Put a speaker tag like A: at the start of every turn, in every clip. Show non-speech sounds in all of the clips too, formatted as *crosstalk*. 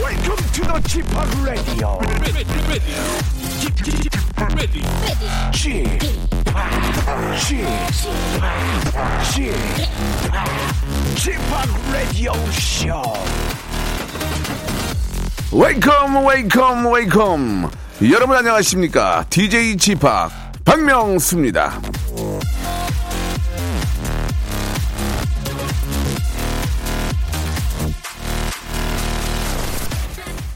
A: Welcome to the g p o p Radio.
B: ready, ready, ready, ready,
A: g p o p G-POP, g p o p Radio Show.
C: 웨이컴 웨이컴 웨이컴 여러분 안녕하십니까 DJ 지팍 박명수입니다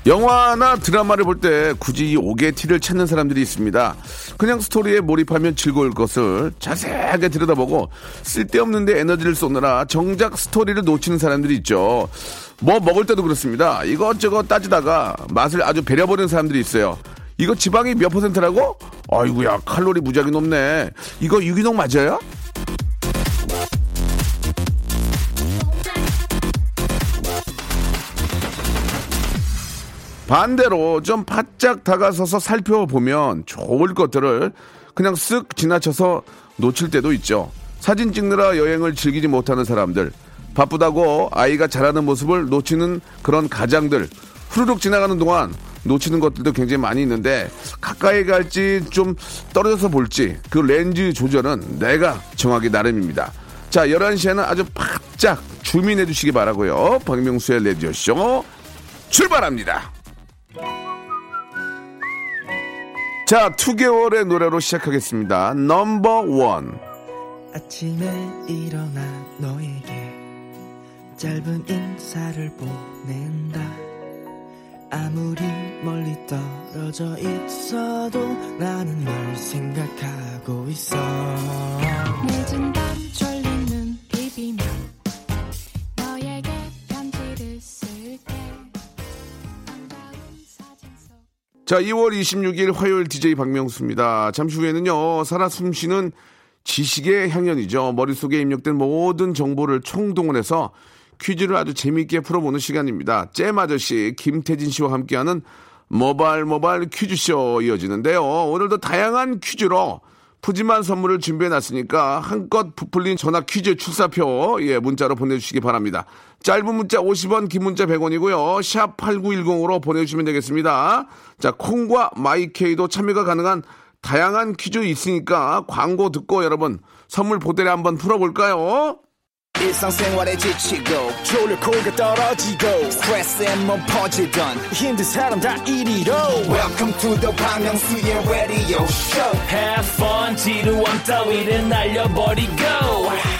C: 영화나 드라마를 볼 때 굳이 이 옥의 티를 찾는 사람들이 있습니다. 그냥 스토리에 몰입하면 즐거울 것을 자세하게 들여다보고 쓸데없는데 에너지를 쏟느라 정작 스토리를 놓치는 사람들이 있죠. 뭐 먹을 때도 그렇습니다. 이것저것 따지다가 맛을 아주 배려버리는 사람들이 있어요. 이거 지방이 몇 퍼센트라고? 아이고야 칼로리 무지하게 높네. 이거 유기농 맞아요? 반대로 좀 바짝 다가서서 살펴보면 좋을 것들을 그냥 쓱 지나쳐서 놓칠 때도 있죠. 사진 찍느라 여행을 즐기지 못하는 사람들, 바쁘다고 아이가 자라는 모습을 놓치는 그런 가장들, 후루룩 지나가는 동안 놓치는 것들도 굉장히 많이 있는데 가까이 갈지 좀 떨어져서 볼지 그 렌즈 조절은 내가 정하기 나름입니다. 자, 11시에는 아주 바짝 주민해 주시기 바라고요. 박명수의 레디오쇼 출발합니다. 자, 2개월의 노래로 시작하겠습니다. 넘버 원.
D: 아침에 일어나 너에게 짧은 인사를 보낸다 아무리 멀리 떨어져 있어도 나는 널 생각하고 있어
E: 늦은 밤 졸린 눈 비비며 너에게 편지를 쓸때 아름다운 사진 속
C: 자, 2월 26일 화요일 DJ 박명수입니다. 잠시 후에는요, 살아 숨쉬는 지식의 향연이죠. 머릿속에 입력된 모든 정보를 총동원해서 퀴즈를 아주 재미있게 풀어보는 시간입니다. 잼 아저씨, 김태진 씨와 함께하는 모발 모발 퀴즈쇼 이어지는데요. 오늘도 다양한 퀴즈로 푸짐한 선물을 준비해 놨으니까 한껏 부풀린 전화 퀴즈 출사표 예 문자로 보내주시기 바랍니다. 짧은 문자 50원, 긴 문자 100원이고요. 샵 8910으로 보내주시면 되겠습니다. 자 콩과 마이케이도 참여가 가능한 다양한 퀴즈 있으니까 광고 듣고 여러분 선물 보따리 한번 풀어볼까요?
F: 일상생활에 지치고, 졸려 코가 떨어지고, 스트레스에 몸 퍼지던, 힘든 사람 다 이리로. welcome to the Bang Myung-soo's radio show
G: Have fun 지루함 따위를 날려버리고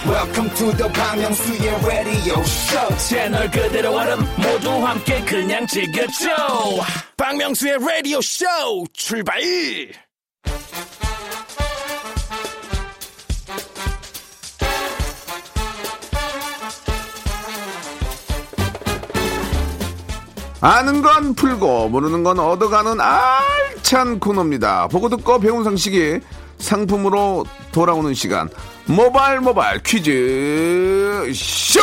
F: welcome to the Bang Myung-soo's radio show
G: 채널 그대로 얼음 모두 함께 그냥 즐겨줘
F: 박명수의 radio show 출발
C: 아는 건 풀고 모르는 건 얻어가는 알찬 코너입니다. 보고 듣고 배운 상식이 상품으로 돌아오는 시간 모발 모발 퀴즈 쇼.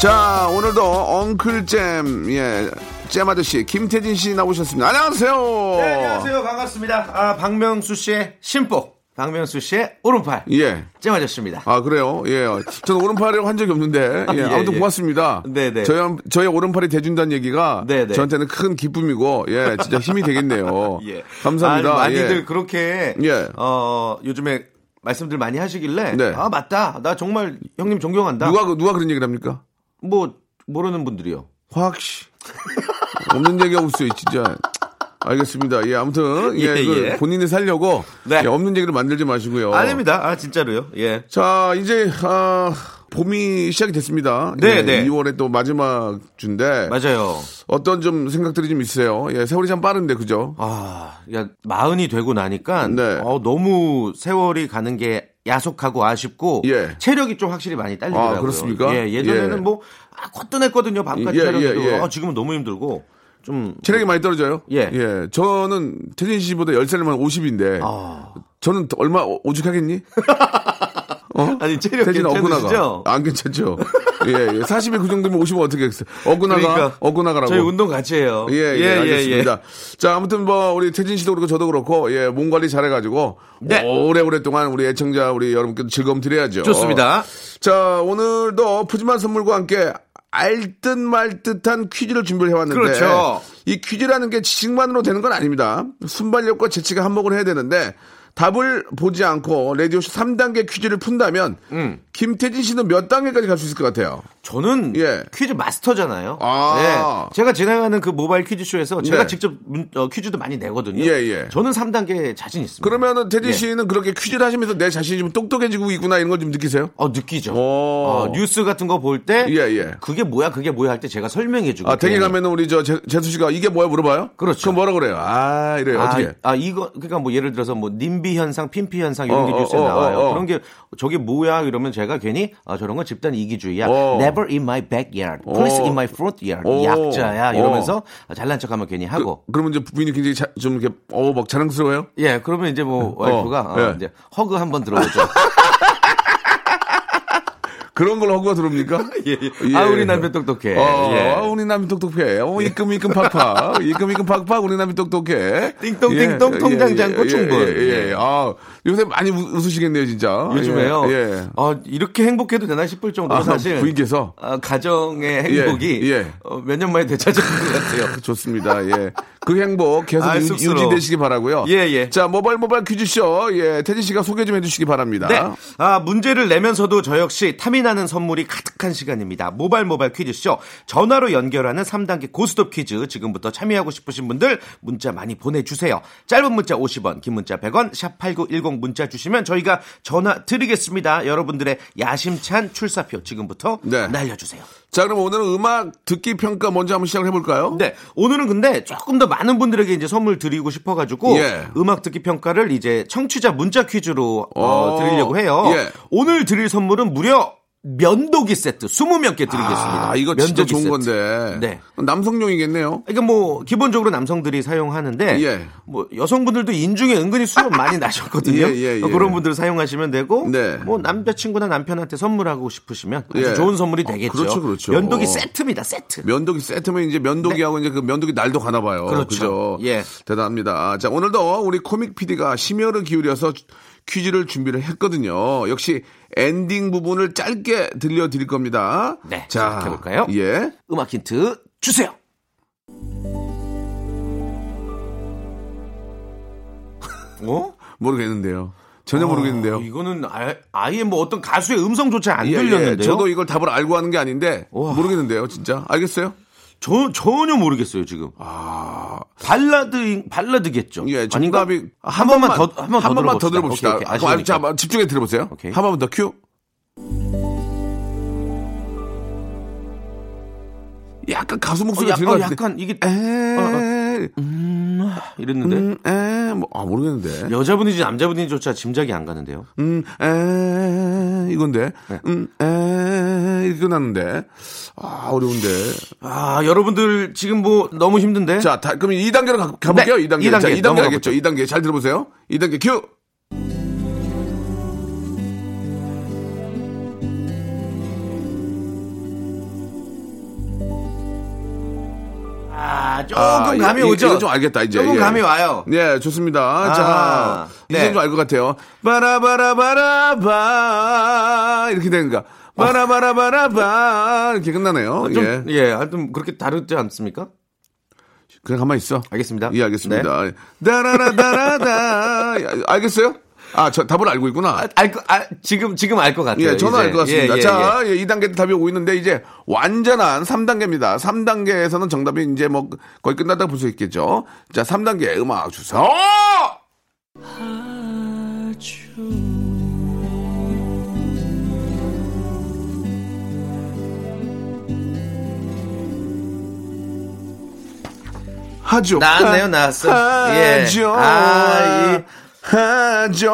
C: 자 오늘도 엉클잼 예잼 아저씨 김태진 씨 나오셨습니다. 안녕하세요.
H: 네, 안녕하세요. 반갑습니다. 아, 박명수 씨의 심복. 박명수 씨의 오른팔.
C: 예.
H: 잼 아저씨입니다.
C: 아 그래요? 예. 저는 오른팔이라고 한 적이 없는데 예,
H: *laughs* 예,
C: 아무튼
H: 예.
C: 고맙습니다.
H: 네네.
C: 저희 한- 저희 오른팔이 돼준다는 얘기가
H: 네네.
C: 저한테는 큰 기쁨이고 예 진짜 힘이
H: *laughs*
C: 되겠네요. 예. 감사합니다.
H: 아, 많이들
C: 예.
H: 그렇게
C: 예.
H: 어, 요즘에 말씀들 많이 하시길래
C: 네.
H: 아, 맞다. 나 정말 형님 존경한다.
C: 누가 그- 누가 그런 얘기를 합니까?
H: 뭐 모르는 분들이요.
C: 화학
H: *laughs*
C: 씨 없는 얘기가 없어요 진짜. 알겠습니다. 예 아무튼 예,
H: 예,
C: 그
H: 예.
C: 본인이 살려고
H: 네.
C: 예, 없는 얘기를 만들지 마시고요.
H: 아닙니다. 아, 진짜로요. 예.
C: 자, 이제, 아, 봄이 시작이 됐습니다.
H: 네,
C: 예,
H: 네.
C: 2월에 또 마지막 주인데.
H: 맞아요.
C: 어떤 좀 생각들이 좀 있어요. 예, 세월이 참 빠른데, 그죠?
H: 아, 야, 마흔이 되고 나니까
C: 네.
H: 어, 너무 세월이 가는 게 야속하고 아쉽고
C: 예.
H: 체력이 좀 확실히 많이 딸리더라고요.
C: 아, 그렇습니까?
H: 예, 예전에는
C: 예.
H: 뭐 아, 거뜬했거든요. 밤까지
C: 예,
H: 촬영해도
C: 예, 예.
H: 아, 지금은 너무 힘들고 좀
C: 체력이 많이 떨어져요?
H: 예.
C: 저는 *laughs* 태진 씨보다 10살만 50인데,
H: 아,
C: 저는 얼마 오- 오죽하겠니? 어?
H: 아니, 체력 괜찮으시죠?
C: 안 괜찮죠? 예, 예. 40에 그 정도면 50은 어떻게 했어요? 어고 나가, 어고 나가라고.
H: 그러니까 저희 운동 같이 해요.
C: 예, 예, 알겠습니다. 자, 아무튼 뭐 우리 태진 씨도 그렇고 저도 그렇고 예, 몸 관리 잘해 가지고
H: 네.
C: 오래 오랫동안 우리 애청자 우리 여러분께 즐거움 드려야죠. 어.
H: 좋습니다.
C: 자, 오늘도 푸짐한 선물과 함께 알듯 말듯한 퀴즈를 준비를 해왔는데
H: 그렇죠.
C: 이 퀴즈라는 게 지식만으로 되는 건 아닙니다. 순발력과 재치가 한몫을 해야 되는데 답을 보지 않고 라디오쇼 3단계 퀴즈를 푼다면 김태진 씨는 몇 단계까지 갈 수 있을 것 같아요.
H: 저는
C: 예.
H: 퀴즈 마스터잖아요.
C: 아.
H: 네. 제가 진행하는 그 모바일 퀴즈쇼에서 제가
C: 네.
H: 직접 문- 어, 퀴즈도 많이 내거든요.
C: 예, 예.
H: 저는 3단계 자신 있습니다.
C: 그러면은 태진
H: 예.
C: 씨는 그렇게 퀴즈를 하시면서 내 자신이 좀 똑똑해지고 있구나 이런 걸 좀 느끼세요?
H: 어, 느끼죠.
C: 오.
H: 어, 뉴스 같은 거 볼 때.
C: 예, 예.
H: 그게 뭐야, 그게 뭐야 할 때 제가 설명해주고.
C: 아, 댁에 가면은 우리 저 제- 제수 씨가 이게 뭐야 물어봐요?
H: 그렇죠.
C: 그럼 뭐라 그래요? 아, 이래요.
H: 아,
C: 어떻게?
H: 아, 이거, 그러니까 뭐 예를 들어서 뭐 님비 현상, 핀피 현상 이런 게
C: 어,
H: 뉴스에
C: 어, 어,
H: 나와요.
C: 어, 어.
H: 그런 게 저게 뭐야 이러면 제가 괜히 아, 저런 건 집단 이기주의야.
C: 어.
H: Never in my backyard. Please
C: 어.
H: in my front yard.
C: 어.
H: 약자야.
C: 어.
H: 이러면서 아, 잘난 척하면 괜히 하고.
C: 그러면 이제 부인이 굉장히 자- 좀 이렇게 어우 막 자랑스러워요?
H: 예, 그러면 이제 뭐 와이프가 어,
C: 예.
H: 이제 허그 한번
C: *laughs*
H: 들어보죠.
C: 그런 걸로 허구가
H: *laughs*
C: 들어옵니까?
H: 아, 우리 남편 똑똑해.
C: 예. 어,
H: 예.
C: 아, 우리 남편 똑똑해. 어, 이끔 이끔 팍팍. *laughs* 이끔 이끔 팍팍 우리 남편 똑똑해.
H: 띵동, 띵동, 통장 잔고 충분.
C: 예, 예, 예. 아, 요새 많이 웃- 웃으시겠네요, 진짜.
H: 아,
C: 예.
H: 요즘에요.
C: 예.
H: 어, 이렇게 행복해도 되나 싶을 정도로
C: 아,
H: 사실
C: 부인께서?
H: 아, 가정의 행복이 어,
C: 예, 예.
H: 몇 년 만에 되찾은 것 같아요.
C: 좋습니다. 예. 그 행복 계속
H: 아,
C: 유-
H: 쑥스러워.
C: 유지되시기 바라고요.
H: 예, 예.
C: 자, 모바일 모바일 퀴즈쇼. 예, 태진 씨가 소개 좀 해주시기 바랍니다.
H: 네. 아, 문제를 내면서도 저 역시 탐이 나는 선물이 가득한 시간입니다. 모발 모발 퀴즈쇼. 전화로 연결하는 3단계 고스톱 퀴즈. 지금부터 참여하고 싶으신 분들 문자 많이 보내주세요. 짧은 문자 50원, 긴 문자 100원, 샵8910 문자 주시면 저희가 전화 드리겠습니다. 여러분들의 야심찬 출사표 지금부터
C: 네.
H: 날려주세요.
C: 자, 그럼 오늘은 음악 듣기 평가 먼저 한번 시작을 해볼까요?
H: 네, 오늘은 근데 조금 더 많은 분들에게 이제 선물 드리고 싶어가지고
C: 예.
H: 음악 듣기 평가를 이제 청취자 문자 퀴즈로 어,
C: 어,
H: 드리려고 해요.
C: 예.
H: 오늘 드릴 선물은 무려 면도기 세트 20명께 드리겠습니다.
C: 아, 이거 진짜 좋은 건데.
H: 네.
C: 남성용이겠네요.
H: 그러니까 뭐 기본적으로 남성들이 사용하는데
C: 예.
H: 뭐 여성분들도 인중에 은근히 수염 많이 나셨거든요.
C: *laughs* 예, 예, 예.
H: 그런 분들 사용하시면 되고
C: 네.
H: 뭐 남자친구나 남편한테 선물하고 싶으시면 아주
C: 예.
H: 좋은 선물이 되겠죠.
C: 그렇죠, 그렇죠.
H: 면도기
C: 어.
H: 세트입니다. 세트.
C: 면도기 세트면 이제 면도기하고 이제 그 면도기 날도 가나 봐요.
H: 네. 그렇죠.
C: 그죠?
H: 예.
C: 대단합니다. 자, 오늘도 우리 코믹 PD가 심혈을 기울여서 퀴즈를 준비를 했거든요. 역시 엔딩 부분을 짧게 들려드릴 겁니다.
H: 네,
C: 자,
H: 시작해볼까요?
C: 예.
H: 음악 힌트 주세요. 어?
C: 모르겠는데요. 전혀 모르겠는데요.
H: 아, 이거는 아, 아예 뭐 어떤 가수의 음성조차 안
C: 예, 예.
H: 들렸는데요.
C: 저도 이걸 답을 알고 하는 게 아닌데
H: 와.
C: 모르겠는데요, 진짜. 알겠어요?
H: 저- 전혀 모르겠어요 지금. 아 발라드 발라드겠죠.
C: 예,
H: 아닌가?
C: 정답이
H: 한 번만 더 한 번더
C: 번만 더 들어봅시다.
H: 오케이, 오케이.
C: 그럼 아주
H: 아시니까.
C: 자, 한번 집중해 들어보세요.
H: 오케이.
C: 한 번만 더 큐. 약간 가수
H: 어,
C: 목소리
H: 야,
C: 가 들리는
H: 어,
C: 것 같은데.
H: 약간 어, 이게
C: 에,
H: 이랬는데
C: 음, 에, 뭐, 아 모르겠는데.
H: 여자분인지 남자분인지조차 짐작이 안 가는데요.
C: 음, 에, 이건데.
H: 네.
C: 음, 에, 이렇게 났는데. 아 어려운데.
H: 아 여러분들 지금 뭐 너무 힘든데.
C: 자, 다, 그럼 2단계로 가, 가볼게요.
H: 네,
C: 이 2단계.
H: 이 단계
C: 자, 2단계
H: 넘어가
C: 알겠죠?
H: 보죠.
C: 2단계 잘 들어보세요. 2단계 큐.
H: 아 조금
C: 아,
H: 감이
C: 이- 이-
H: 오죠.
C: 이거 좀 알겠다, 이제.
H: 조금
C: 예.
H: 감이 와요.
C: 네, 좋습니다.
H: 아,
C: 자, 이제
H: 네.
C: 좀 알 것 같아요. 바라바라바라바 이렇게 되는가? 바라바라바라바 이렇게 끝나네요.
H: 좀,
C: 예,
H: 예, 하여튼 그렇게 다르지 않습니까?
C: 그냥 가만 히 있어.
H: 알겠습니다.
C: 예,
H: 네.
C: 알겠습니다. 다라라다라다 야, 알겠어요? 아, 저 답을 알고 있구나.
H: 아, 알, 거- 아, 지금, 지금 알 것 같아요.
C: 예, 저는
H: 이제.
C: 알 것 같습니다.
H: 예, 예,
C: 자, 예, 2단계 답이 오고 있는데, 이제 완전한 3단계입니다. 3단계에서는 정답이 이제 뭐 거의 끝났다고 볼 수 있겠죠. 자, 3단계 음악 주세요. 하죠.
H: 나왔네요, 나왔어. 예.
C: 하죠.
H: 아, 이-
C: 하죠.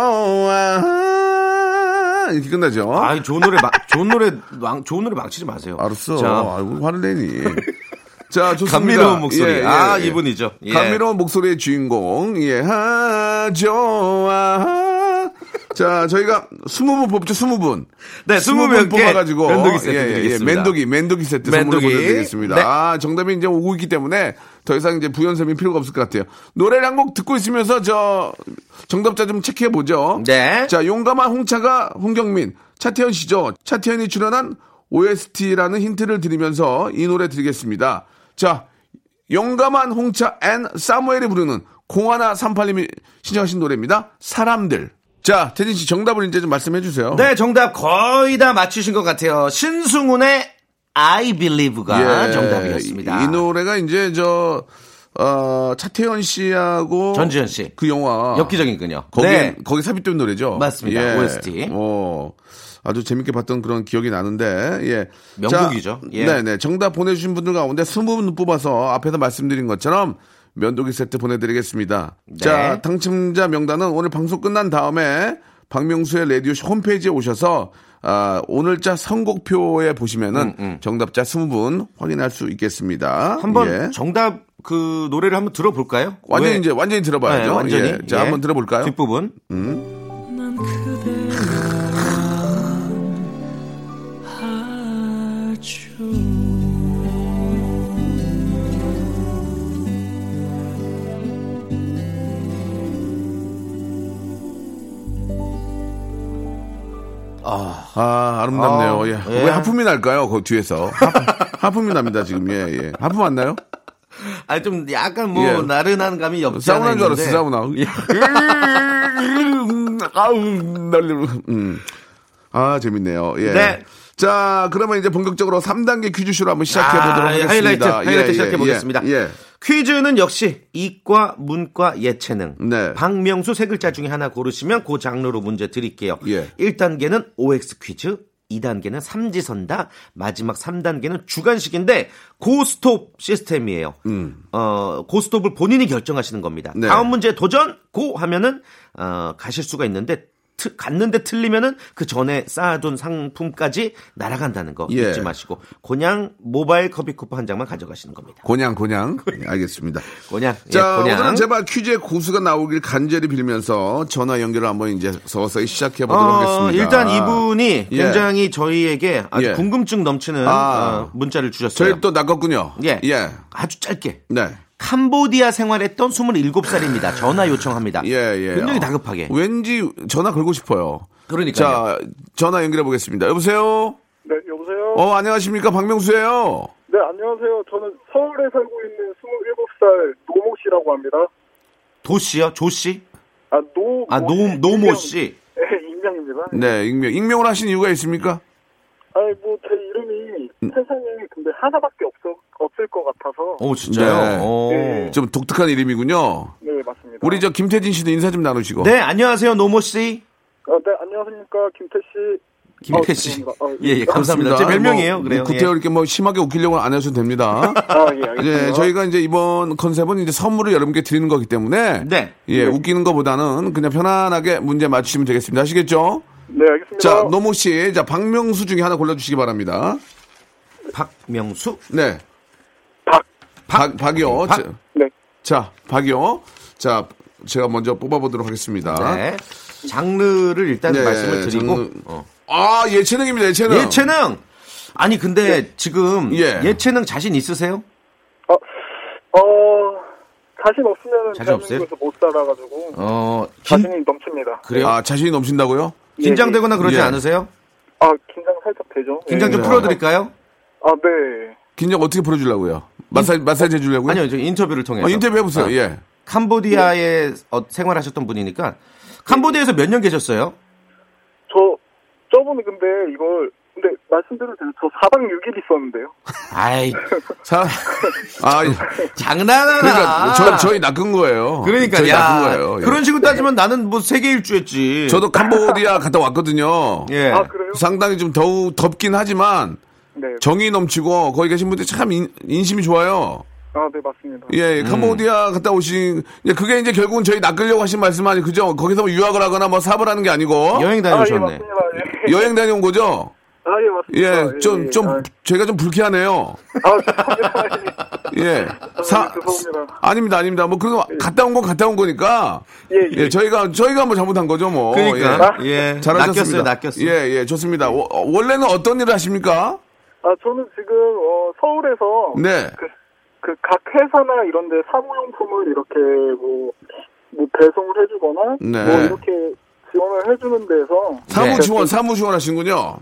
C: 아, 이렇게 끝나죠.
H: 예. 아이, 좋은 노래, 마, 좋은 노래, 망, 좋은 노래 망치지 마세요.
C: 알았어.
H: 자,
C: 아이고, 화를 내니. *laughs* 자, 좋습니다.
H: 감미로운 목소리.
C: 예, 예,
H: 아,
C: 예.
H: 이분이죠. 예.
C: 감미로운 목소리의 주인공. 예, 아, 하, 좋아. 자, 저희가 20분 뽑죠, 20분.
H: 네, 20 명께
C: 뽑아가지고. 예,
H: 면도기 세트 드리겠습니다.
C: 맨도기, 맨도기 세트
H: 맨도기.
C: 선물로 보내드리겠습니다.
H: 네.
C: 아, 정답이 이제 오고 있기 때문에 더 이상 이제 부연설이 필요가 없을 것 같아요. 노래를 한 곡 듣고 있으면서 저 정답자 좀 체크해보죠.
H: 네.
C: 자, 용감한 홍차가 홍경민, 차태현 씨죠. 차태현이 출연한 OST라는 힌트를 드리면서 이 노래 드리겠습니다. 자, 용감한 홍차 앤 사무엘이 부르는 공하나 38님이 신청하신 노래입니다. 사람들. 자, 태진 씨 정답을 이제 좀 말씀해 주세요.
H: 네, 정답 거의 다 맞추신 것 같아요. 신승훈의 I Believe가
C: 예,
H: 아, 정답이었습니다.
C: 이, 이 노래가 이제 저 어, 차태현 씨하고
H: 전지현 씨.
C: 그 영화
H: 엽기적인 그녀.
C: 거기
H: 네.
C: 거기 삽입된 노래죠. 예.
H: 맞습니다. OST.
C: 어, 아주 재밌게 봤던 그런 기억이 나는데 예.
H: 명곡이죠.
C: 자,
H: 예.
C: 네네. 정답 보내주신 분들 가운데 20분 뽑아서 앞에서 말씀드린 것처럼 면도기 세트 보내드리겠습니다.
H: 네.
C: 자, 당첨자 명단은 오늘 방송 끝난 다음에 박명수의 라디오쇼 홈페이지에 오셔서 아, 오늘자 선곡표에 보시면은
H: 음,
C: 정답자 20분 확인할 수 있겠습니다.
H: 한번
C: 예.
H: 정답 그 노래를 한번 들어볼까요?
C: 완전히
H: 왜?
C: 이제 완전히 들어봐야죠.
H: 네, 완전히.
C: 예. 자,
H: 예.
C: 한번 들어볼까요?
H: 뒷부분.
D: 난 그대만 하죠
C: 아, 아름답네요.
H: 아,
C: 예.
H: 예.
C: 왜 하품이 날까요? 그 뒤에서. 하품, 하품이 납니다, 지금. 예, 예. 하품 안 나요?
H: 아, 좀 약간 뭐
C: 예.
H: 나른한 감이 없지
C: 사우나인 줄
H: 않아
C: 알았어,
H: 있는데. 예.
C: 사우나. 예. 아우, 날리고. 음. 아, 재밌네요. 예.
H: 네.
C: 자, 그러면 이제 본격적으로 3단계 퀴즈쇼로 한번 시작해
H: 아,
C: 보도록
H: 예,
C: 하겠습니다.
H: 하이라이트, 하이라이트
C: 예,
H: 시작해
C: 예,
H: 보겠습니다.
C: 예, 예.
H: 퀴즈는 역시 이과, 문과, 예체능.
C: 네.
H: 박명수 세 글자 중에 하나 고르시면 그 장르로 문제 드릴게요.
C: 예.
H: 1단계는 OX 퀴즈, 2단계는 삼지선다, 마지막 3단계는 주간식인데 고스톱 시스템이에요. 어, 고스톱을 본인이 결정하시는 겁니다.
C: 음. 네.
H: 다음 문제 도전 고 하면은 어, 가실 수가 있는데 트- 갔는데 틀리면은 그 전에 쌓아둔 상품까지 날아간다는 거
C: 예.
H: 잊지 마시고 그냥 모바일 커피 쿠폰 한 장만 가져가시는 겁니다.
C: 곤양, 곤양. 예, 알겠습니다.
H: 고냥. 예,
C: 자,
H: 고냥.
C: 오늘은 제발 퀴즈의 고수가 나오길 간절히 빌면서 전화 연결을 한번 이제 서서히 시작해 보도록 하겠습니다.
H: 어, 일단 이분이
C: 예.
H: 굉장히 저희에게 아주
C: 예.
H: 궁금증 넘치는
C: 아.
H: 어, 문자를 주셨어요.
C: 저희 또 낚았군요.
H: 예.
C: 예.
H: 아주 짧게.
C: 네.
H: 캄보디아 생활했던 27살입니다. 전화 요청합니다.
C: 예, 예.
H: 굉장히
C: 어,
H: 다급하게.
C: 왠지 전화 걸고 싶어요.
H: 그러니까요.
C: 자, 전화 연결해 보겠습니다. 여보세요?
I: 네, 여보세요?
C: 어, 안녕하십니까? 박명수예요
I: 네, 안녕하세요. 저는 서울에 살고 있는 27살 노모 씨라고 합니다.
H: 도씨요? 조씨?
I: 아, 노,
H: 아, 노, 노모 씨. 음.
I: 네, 익명입니다.
C: 네, 익명. 익명을 하신 이유가 있습니까?
I: 아니, 뭐, 제 이름이
H: 음.
I: 세상에 근데 하나밖에 없어, 없을 것 같아서.
H: 오, 진짜요?
C: 네.
H: 오.
I: 네.
C: 좀 독특한 이름이군요.
I: 네, 맞습니다.
C: 우리 저 김태진 씨도 인사 좀 나누시고.
H: 네, 안녕하세요, 노모 씨.
I: 아, 네, 안녕하십니까. 김태 씨.
H: 김태
I: 아,
H: 씨.
I: 죄송합니다. 아,
H: 예, 예, 감사합니다. 제 별명이에요,
C: 뭐,
H: 그래요. 예.
C: 구태여 이렇게 뭐 심하게 웃기려고 안 하셔도
H: *laughs*
C: 됩니다.
I: 아, 예, 알겠습니다.
C: 예, 저희가 이제 이번 컨셉은 이제 선물을 여러분께 드리는 거기 때문에.
H: 네.
C: 예, 웃기는 거보다는 그냥 편안하게 문제 맞추시면 되겠습니다. 아시겠죠?
I: 네, 알겠습니다.
C: 자, 노모 씨. 자, 박명수 중에 하나 골라주시기 바랍니다.
H: 예. 박명수.
C: 네.
I: 박.
C: 박, 박이요.
H: 박.
C: 자,
I: 네.
C: 자, 박이요. 자, 제가 먼저 뽑아보도록 하겠습니다.
H: 네. 장르를 일단
C: 네,
H: 말씀을 드리고.
C: 장르.
H: 어.
C: 아, 예체능입니다, 예체능.
H: 예체능! 아니, 근데 지금
C: 예.
H: 예. 체능 자신 있으세요?
I: 아, 어, 자신 없으면
H: 자신 없어요?
I: 대한민국에서 못 살아가지고.
H: 어, 긴,
I: 자신이 넘칩니다.
H: 그래요?
C: 아, 자신이 넘친다고요?
H: 긴장되거나 그러지
C: 예.
H: 않으세요?
I: 아, 긴장 살짝 되죠?
H: 긴장 좀
I: 예.
H: 풀어드릴까요?
I: 아, 네.
C: 긴장 어떻게 풀어주려고요? 마사지, 마사지 해주려고요?
H: 아니요, 저 인터뷰를 통해서.
C: 어, 인터뷰 해보세요,
H: 아,
C: 예.
H: 캄보디아에 어, 생활하셨던 분이니까 캄보디아에서 몇 년 계셨어요?
I: 저 저번에 근데 이걸 근데 말씀드려도 되나요? 저 4박 6일 있었는데요.
H: 아이
C: 사, 아,
H: 장난하나?
C: 그러니까, 저, 저희 낚은 거예요.
H: 아. 그러니까
C: 저희
H: 야
C: 낚은 거예요. 예.
H: 그런 식으로 따지면 나는 뭐 세계 일주했지.
C: 저도 캄보디아 갔다 왔거든요.
H: 예.
I: 아 그래요?
C: 상당히 좀 더우, 덥긴 하지만
I: 네.
C: 정이 넘치고 거기 계신 분들이 참 인, 인심이 좋아요.
I: 아, 네 맞습니다.
C: 예, 예.
H: 음.
C: 캄보디아 갔다 오신, 예, 그게 이제 결국은 저희 낚으려고 하신 말씀 아니, 그죠? 거기서 뭐 유학을 하거나 뭐 사업을 하는 게 아니고.
H: 여행
I: 아, 예,
H: 다녀오셨네.
I: 맞습니다. 예.
C: 여행 다녀온 거죠?
I: 아, 예, 맞습니다.
C: 예, 좀, 좀,
I: 아,
C: 제가 좀 불쾌하네요.
I: 아, 죄송합니다.
C: 예.
I: 아, 죄송합니다.
C: 아닙니다, 아닙니다. 뭐, 그거 갔다 온 건 갔다 온 거니까.
I: 예, 예.
C: 저희가, 저희가 뭐 잘못한 거죠, 뭐.
H: 그러니까
I: 아,
C: 예.
H: 예,
C: 잘하셨습니다.
H: 낚였어요, 낚였어요.
C: 예, 예, 좋습니다. 워- 어, 원래는 어떤 일을 하십니까?
I: 아, 저는 지금, 어, 서울에서.
C: 네.
I: 그, 그 각 회사나 이런 데 사무용품을 이렇게 뭐, 뭐 배송을 해주거나.
C: 네.
I: 뭐 이렇게 지원을 해주는 데서.
C: 사무
I: 네.
C: 지원, 사무 지원 하시는군요.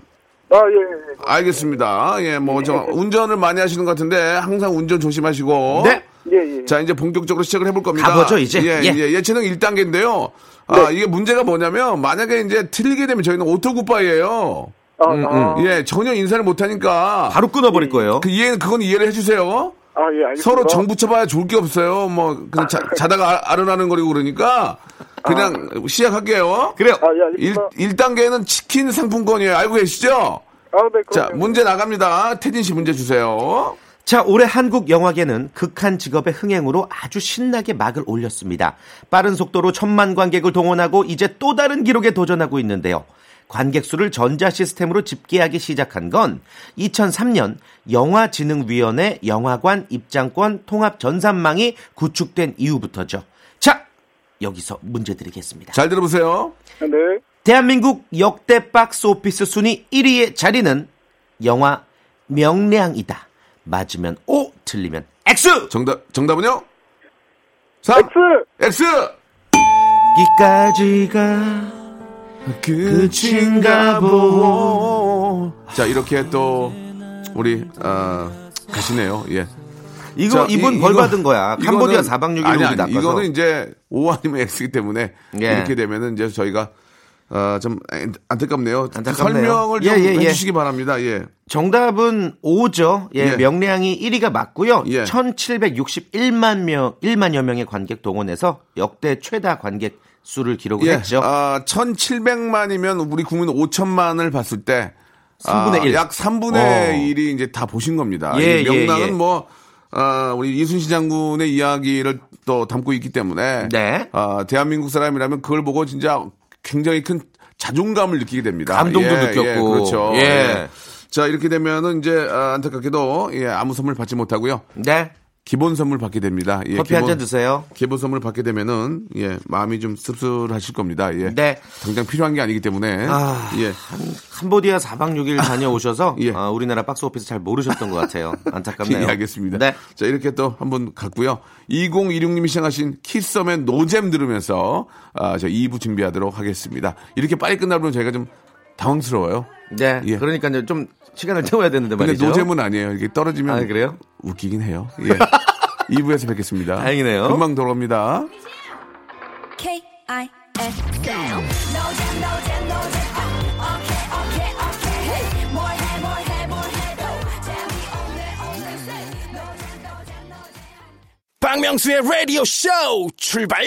I: 아, 예, 예. 예.
C: 알겠습니다. 예, 뭐, 저,
I: 네.
C: 운전을 많이 하시는 것 같은데, 항상 운전 조심하시고.
H: 네.
I: 예, 예.
C: 자, 이제 본격적으로 시작을 해볼 겁니다.
H: 가보죠, 이제.
C: 예,
H: 예. 네.
C: 예. 예체능 1단계인데요. 아, 이게 문제가 뭐냐면, 만약에 이제 틀리게 되면 저희는 오토굿바이예요
I: 아, 아,
C: 예, 전혀 인사를 못하니까.
H: 바로 끊어버릴 거예요.
C: 그 이해, 그건 이해를 해주세요.
I: 아, 예, 알겠습니다.
C: 서로 정붙여봐야 좋을 게 없어요. 뭐, 그냥 자, 자다가 아- 아른아른 거리고 그러니까, 그냥 시작할게요.
H: 그래요.
I: 아, 예,
C: 일
I: 알겠습니다.
C: 1단계는 치킨 상품권이에요. 알고 계시죠?
I: 아, 네, 그럼요.
C: 자, 문제 나갑니다. 태진 씨 문제 주세요.
H: 자, 올해 한국 영화계는 극한 직업의 흥행으로 아주 신나게 막을 올렸습니다. 빠른 속도로 천만 관객을 동원하고 이제 또 다른 기록에 도전하고 있는데요. 관객 수를 전자 시스템으로 집계하기 시작한 건 2003년 영화진흥위원회 영화관 입장권 통합 전산망이 구축된 이후부터죠. 자, 여기서 문제 드리겠습니다.
C: 잘 들어보세요.
I: 네.
H: 대한민국 역대 박스 오피스 순위 1위의 자리는 영화 명량이다. 맞으면 O, 틀리면 X!
C: 정답, 정답은요? 3,
I: X!
C: X!
H: 여기까지가 끝인가 보.
C: 자, 이렇게 또, 우리, 아, 가시네요. 예.
H: 이거
C: 자,
H: 이분
C: 이-
H: 벌
C: 이거-
H: 받은 거야. 캄보디아
C: 이거는-
H: 4박 6일
C: 아니,
H: 우리
C: 아니,
H: 낚아서.
C: 이거는 이제 O 아니면 X이기 때문에
H: 예.
C: 이렇게 되면은 이제 저희가 아, 좀 안- 안타깝네요.
H: 안타깝네요.
C: 설명을 좀
H: 예, 예, 예.
C: 해주시기 바랍니다. 예.
H: 정답은 O죠. 예,
C: 예.
H: 명량이 1위가 맞고요.
C: 예.
H: 1761만 명, 1만여 명의 관객 동원해서 역대 최다 관객 수를 기록을
C: 예.
H: 했죠.
C: 아, 1,700만이면 우리 국민 5천만을 봤을 때. 아,
H: 3분의 1.
C: 약 3분의
H: 어.
C: 1이 이제 다 보신 겁니다.
H: 예,
C: 이
H: 예,
C: 명랑은
H: 예.
C: 뭐, 아, 우리 이순신 장군의 이야기를 또 담고 있기 때문에.
H: 네.
C: 아, 대한민국 사람이라면 그걸 보고 진짜 굉장히 큰 자존감을 느끼게 됩니다.
H: 감동도
C: 예,
H: 느꼈고.
C: 예, 그렇죠.
H: 예.
C: 자, 이렇게 되면은 이제 아, 안타깝게도 예, 아무 선물 받지 못하고요.
H: 네.
C: 기본 선물 받게 됩니다. 아. 예,
H: 커피 한 잔 드세요.
C: 기본 선물 받게 되면은 예 마음이 좀 씁쓸하실 겁니다. 예.
H: 네.
C: 당장 필요한 게 아니기 때문에
H: 아.
C: 예.
H: 캄보디아 4박 6일 다녀오셔서
C: 예.
H: 아, 우리나라 박스 오피스 잘 모르셨던 것 같아요.
C: *laughs*
H: 안타깝네요.
C: 예, 알겠습니다.
H: 네.
C: 자, 이렇게 또 한번 갔고요. 2016님이 시작하신 키썸의 노잼 들으면서 아, 저 2부 준비하도록 하겠습니다. 이렇게 빨리 끝나면 저희가 좀 당황스러워요.
H: 네.
C: 예. 아,
H: 그러니까 이제 좀 시간을 태워야 되는데
C: 근데
H: 말이죠.
C: 노잼은 아니에요. 이게 떨어지면
H: 아, 그래요?
C: 웃기긴 해요. 예. *laughs* 2부에서 뵙겠습니다.
H: 다행이네요.
C: 금방 돌아옵니다.
E: K I S
G: 박명수의 라디오 쇼 출발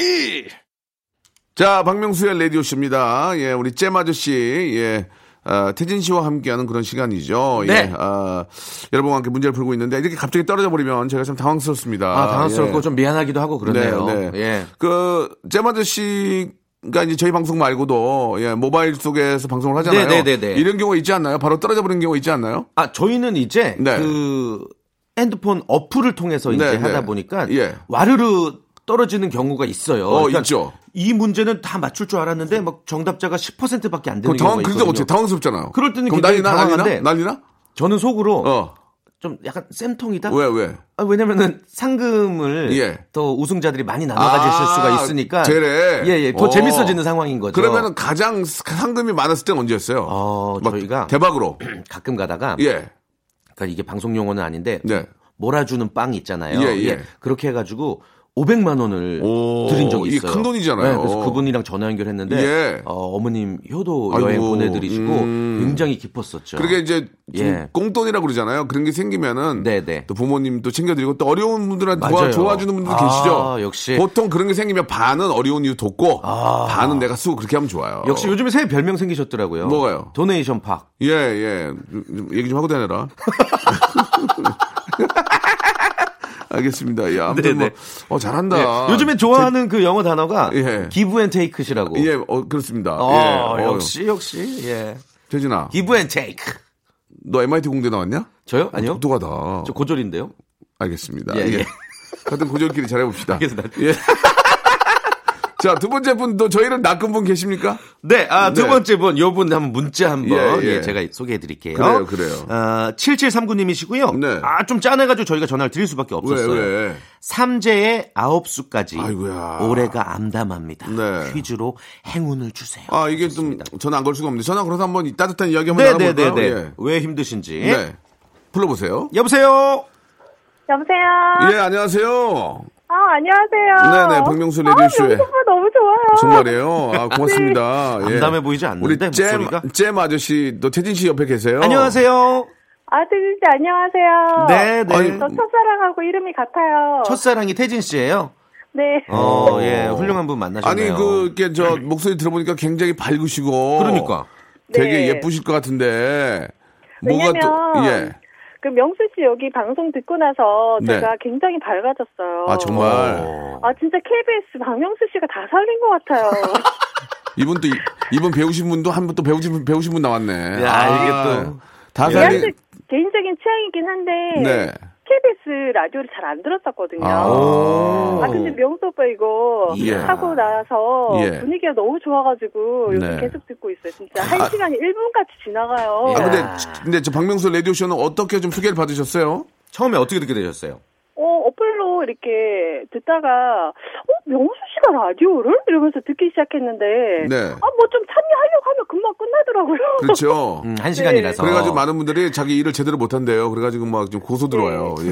C: 자, 박명수의 라디오 씨입니다. 예, 우리 잼 아저씨, 예, 아, 태진 씨와 함께하는 그런 시간이죠.
H: 네.
C: 예, 아, 여러분과 함께 문제를 풀고 있는데 이렇게 갑자기 떨어져 버리면 제가 참 당황스럽습니다.
H: 아, 당황스럽고
C: 예.
H: 좀 미안하기도 하고 그러네요.
C: 네, 네.
H: 예.
C: 그, 잼 아저씨. 가 이제 저희 방송 말고도 예 모바일 속에서 방송을 하잖아요.
H: 네, 네, 네, 네.
C: 이런 경우 있지 않나요? 바로 떨어져 버리는 경우 있지 않나요?
H: 아, 저희는 이제
C: 네.
H: 그 핸드폰 어플을 통해서 이제
C: 네,
H: 하다
C: 네.
H: 보니까
C: 예.
H: 와르르 떨어지는 경우가 있어요. 그러니까
C: 어, 있죠.
H: 이 문제는 다 맞출 줄 알았는데 막 정답자가 10%밖에 안
C: 그럼
H: 되는
C: 당황
H: 경우가
C: 그런데
H: 있거든요.
C: 어째 당황스럽잖아요.
H: 그럴 때는
C: 그럼
H: 굉장히
C: 난리나 난리나
H: 당황한데.
C: 난리나?
H: 저는 속으로
C: 어
H: 좀 약간 쌤통이다.
C: 왜 왜?
H: 아, 왜냐면은 상금을
C: 예.
H: 또 우승자들이 많이 나눠 가지실
C: 아,
H: 수가 있으니까
C: 되래.
H: 예, 예. 더
C: 어.
H: 재밌어지는 상황인 거죠.
C: 그러면은 가장 상금이 많았을 때는 언제였어요?
H: 어,
C: 막
H: 저희가
C: 대박으로
H: *clears throat* 가끔 가다가
C: 예.
H: 그러니까 이게 방송 용어는 아닌데
C: 네.
H: 몰아주는 빵 있잖아요.
C: 예, 예.
H: 그렇게 해 가지고 500만 원을
C: 오,
H: 드린 적이
C: 이게
H: 있어요.
C: 큰 돈이잖아요.
H: 네, 그래서 그분이랑 전화 연결했는데
C: 예.
H: 어, 어머님 효도
C: 아이고,
H: 여행 보내드리시고
C: 음.
H: 굉장히 기뻤었죠.
C: 그게 이제 좀
H: 예.
C: 꽁돈이라고 그러잖아요. 그런 게 생기면은
H: 네, 네.
C: 또 부모님도 챙겨드리고 또 어려운 분들한테 도와,
H: 맞아요.
C: 도와주는 분들
H: 아,
C: 계시죠.
H: 역시.
C: 보통 그런 게 생기면 반은 어려운 이유 돕고 반은 내가 쓰고 그렇게 하면 좋아요.
H: 아. 역시 요즘에 새 별명 생기셨더라고요.
C: 뭐가요?
H: 도네이션 팍.
C: 예, 예. 좀- 좀 얘기 좀 하고 다녀라.
H: *laughs*
C: 알겠습니다. 야, 아무튼
H: 네, 네.
C: 뭐, 어, 잘한다.
H: 예. 요즘에 좋아하는 그 영어 단어가
C: 예.
H: give and take시라고.
C: 예, 어, 그렇습니다.
H: 어,
C: 예, 어,
H: 역시 역시 예.
C: 태진아.
H: give and take.
C: 너 MIT 공대 나왔냐?
H: 저요? 아니요.
C: 똑똑하다.
H: 예? 저 고졸인데요.
C: 알겠습니다.
H: 예,
C: 예.
H: 예.
C: 하여튼 고졸끼리 잘해봅시다.
H: 알겠습니다. *laughs*
C: 예. 자, 두 번째 분, 또 저희를 낚은 분 계십니까?
H: 네, 아, 두
C: 네.
H: 번째 분, 요분 한번 문자 한번
C: 예, 예.
H: 예, 제가 소개해 드릴게요.
C: 그래요, 그래요.
H: 아, 7739님이시고요.
C: 네.
H: 아, 좀 짠해가지고 저희가 전화를 드릴 수밖에
C: 왜,
H: 없었어요.
C: 왜?
H: 삼재의 아홉 수까지
C: 아이고야.
H: 올해가 암담합니다.
C: 네.
H: 퀴즈로 행운을 주세요.
C: 아, 이게 좀, 전화 안 걸 수가 없는데. 전화 걸어서 한번 이 따뜻한 이야기 한번 나눠볼까요?
H: 네네네네.
C: 예.
H: 왜 힘드신지.
C: 네. 불러보세요.
H: 여보세요.
J: 여보세요.
C: 예, 안녕하세요.
J: 아 안녕하세요.
C: 네네, 박명수 레디오쇼에.
J: 아, 명수가 너무 좋아요.
C: 정말이에요. 아, 고맙습니다. 예.
H: 암담해 보이지 않는데,
C: 우리 잼,
H: 네. 목소리가.
C: 잼 아저씨, 너 태진 씨 옆에 계세요?
H: 안녕하세요.
J: 아들 진짜 안녕하세요.
H: 네, 네.
C: 아니,
J: 저 첫사랑하고 이름이 같아요.
H: 첫사랑이 태진 씨예요.
J: 네.
H: 어, 예, 훌륭한 분 만나셨네요.
C: 아니, 그, 이렇게 저, 목소리 들어보니까 굉장히 밝으시고.
H: 그러니까.
C: 되게
J: 네.
C: 예쁘실 것 같은데.
J: 왜냐면
C: 예.
J: 그 명수 씨 여기 방송 듣고 나서
C: 네.
J: 제가 굉장히 밝아졌어요.
C: 아, 정말.
H: 어.
J: 아 진짜 KBS 박명수 씨가 다 살린
C: *laughs*
J: 것 같아요.
C: 이분 또, 이- 이분 배우신 분도 한 분 또 배우신 분, 배우신 분 나왔네. 아,
H: 야, 이게 또.
C: 다
H: 예.
C: 살리,
J: 사실 개인적인 취향이긴 한데
C: 네.
J: KBS 라디오를 잘 안 들었었거든요.
H: 아,
C: 오.
J: 아 근데 명수 오빠 이거
C: 예.
J: 하고 나서
C: 예.
J: 분위기가 너무 좋아가지고 요즘
C: 네.
J: 계속 듣고 있어요. 진짜 한 시간이 1분같이 지나가요.
C: 아, 근데,
H: 야.
C: 근데 저 박명수 라디오쇼는 어떻게 좀 소개를 받으셨어요?
H: 처음에 어떻게 듣게 되셨어요?
J: 어, 어플로 이렇게 듣다가 어 명수 씨가 라디오를 이러면서 듣기 시작했는데
C: 네.
J: 아 뭐 좀 참여하려고 하면 금방 끝나더라고요.
C: 그렇죠.
H: 음,
J: 네.
H: 한 시간이라서.
C: 그래가지고 많은 분들이 자기 일을 제대로 못한대요. 그래가지고 막 좀 고소 들어와요. 예.